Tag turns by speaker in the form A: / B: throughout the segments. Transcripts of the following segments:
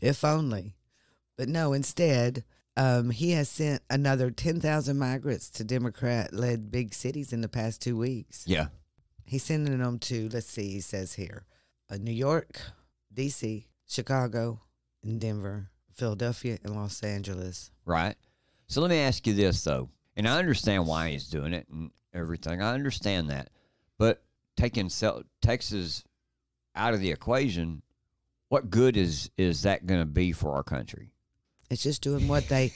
A: if only. But no, instead, um, he has sent another 10,000 migrants to Democrat led big cities in the past two weeks.
B: Yeah.
A: He's sending them to, let's see, he says here uh, New York, D.C., Chicago, and Denver, Philadelphia, and Los Angeles.
B: Right. So let me ask you this, though. And I understand why he's doing it and everything. I understand that. But taking Cel- Texas out of the equation, what good is, is that going to be for our country?
A: It's just doing what they,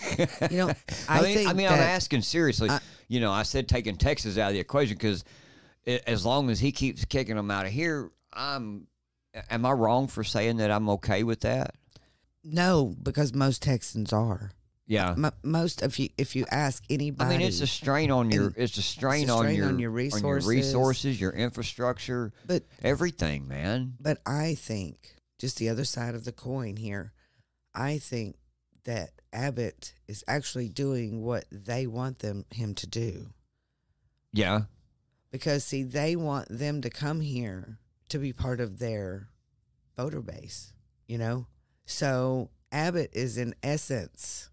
A: you know, I,
B: I, mean,
A: think
B: I mean, I'm
A: that,
B: asking seriously.
A: I-
B: you know, I said taking Texas out of the equation because as long as he keeps kicking them out of here, I'm. Am I wrong for saying that I'm okay with that?
A: no, because most Texans are.
B: Yeah.
A: Mo most if you if you ask
B: I
A: anybody,
B: mean, it's a strain on your.
A: And
B: It's a strain,
A: it's a strain on
B: on
A: your
B: your
A: resources.
B: resources, your infrastructure,
A: but
B: everything, man.
A: But I think, just the other side of the coin here, I think that Abbott is actually doing what they want them him to do.
B: Yeah.
A: Because see, they want them to come here to be part of their voter base, you know? So Abbott is in essence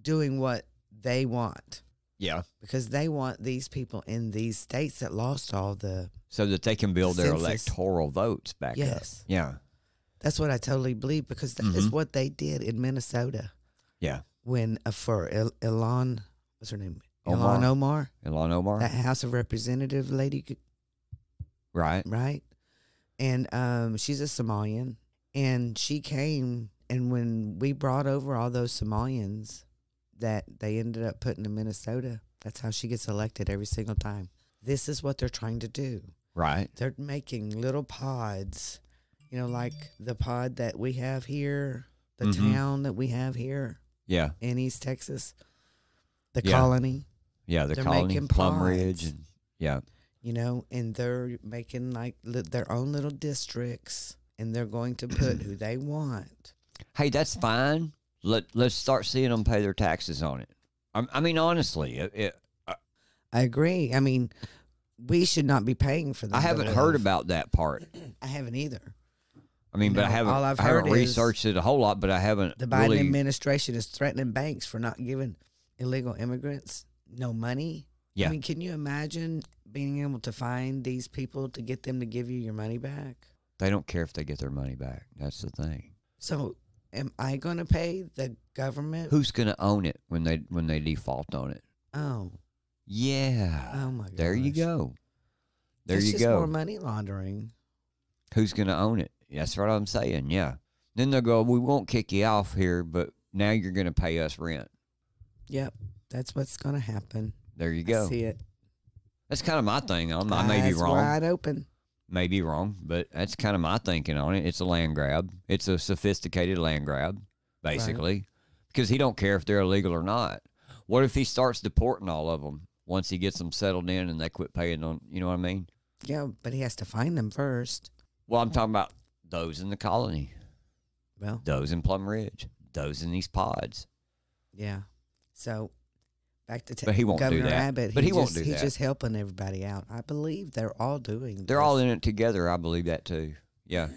A: doing what they want
B: Yeah.
A: because they want these people in these states that lost all the
B: So that they can build their
A: Census.
B: electoral votes back
A: Yes.
B: up. Yeah.
A: that's what I totally believe because that is
B: Mhm.
A: what they did in Minnesota.
B: Yeah.
A: when uh, for El- Elon, what's her name?
B: Omar.
A: Elon Omar,
B: Elon Omar.
A: that House of Representative lady, g-
B: right.
A: right? And um, she's a Somalian, and she came, and when we brought over all those Somalians that they ended up putting in Minnesota, that's how she gets elected every single time. This is what they're trying to do.
B: Right.
A: They're making little pods, you know, like the pod that we have here, the
B: Mhm.
A: town that we have here
B: Yeah.
A: in East Texas, the
B: Yeah.
A: colony,
B: Yeah. The
A: They're
B: colony,
A: making
B: Plum
A: pods.
B: Ridge, and yeah.
A: you know, and they're making like li- their own little districts and they're going to put who they want.
B: hey, that's fine. Let let's start seeing them pay their taxes on it. I, I mean, honestly, it, it,
A: I agree. I mean, we should not be paying for that.
B: I haven't heard about that part.
A: I haven't either.
B: I mean, but I
A: No,
B: haven't.
A: all I've
B: I haven't
A: heard is
B: researched it a whole lot, but I haven't
A: The Biden
B: really.
A: administration is threatening banks for not giving illegal immigrants no money.
B: Yeah.
A: I mean, can you imagine being able to find these people to get them to give you your money back?
B: they don't care if they get their money back. That's the thing.
A: So, am I going to pay the government?
B: Who's going to own it when they when they default on it?
A: Oh,
B: Yeah.
A: oh my god.
B: there you go. There
A: it's
B: you
A: just
B: go.
A: More money laundering.
B: Who's going to own it? That's what I'm saying. Yeah. Then they'll go. We won't kick you off here, but now you're going to pay us rent.
A: Yep, that's what's going to happen.
B: There you
A: I
B: go.
A: see it.
B: That's kind of my thing. I'm, I may be
A: Eyes
B: wrong.
A: Wide open.
B: may be wrong, but that's kind of my thinking on it. It's a land grab. It's a sophisticated land grab, basically, because he don't care if they're illegal or not. What if he starts deporting all of them once he gets them settled in and they quit paying on? You know what I mean?
A: Yeah, but he has to find them first.
B: Well, I'm talking about those in the colony,
A: Well,
B: those in Plum Ridge, those in these pods.
A: yeah. So back to te-
B: But he won't do
A: Governor
B: that.
A: Abbott.
B: But he won't
A: just,
B: do
A: He's
B: that.
A: just helping everybody out. I believe they're all doing.
B: They're all
A: this.
B: in it together. I believe that too. Yeah.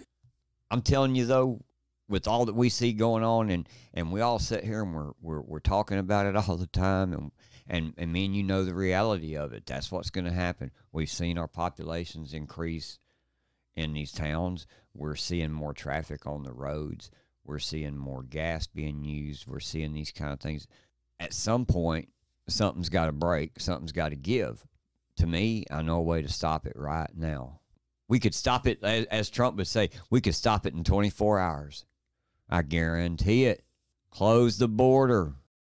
B: I'm telling you though, with all that we see going on and, and we all sit here and we're, we're, we're talking about it all the time and, and, and me and you know the reality of it. That's what's going to happen. We've seen our populations increase in these towns. We're seeing more traffic on the roads. We're seeing more gas being used. We're seeing these kind of things. At some point, something's got to break. Something's got to give to me, I know a way to stop it right now. We could stop it, as, as Trump would say, we could stop it in 24 hours. I guarantee it. Close the border.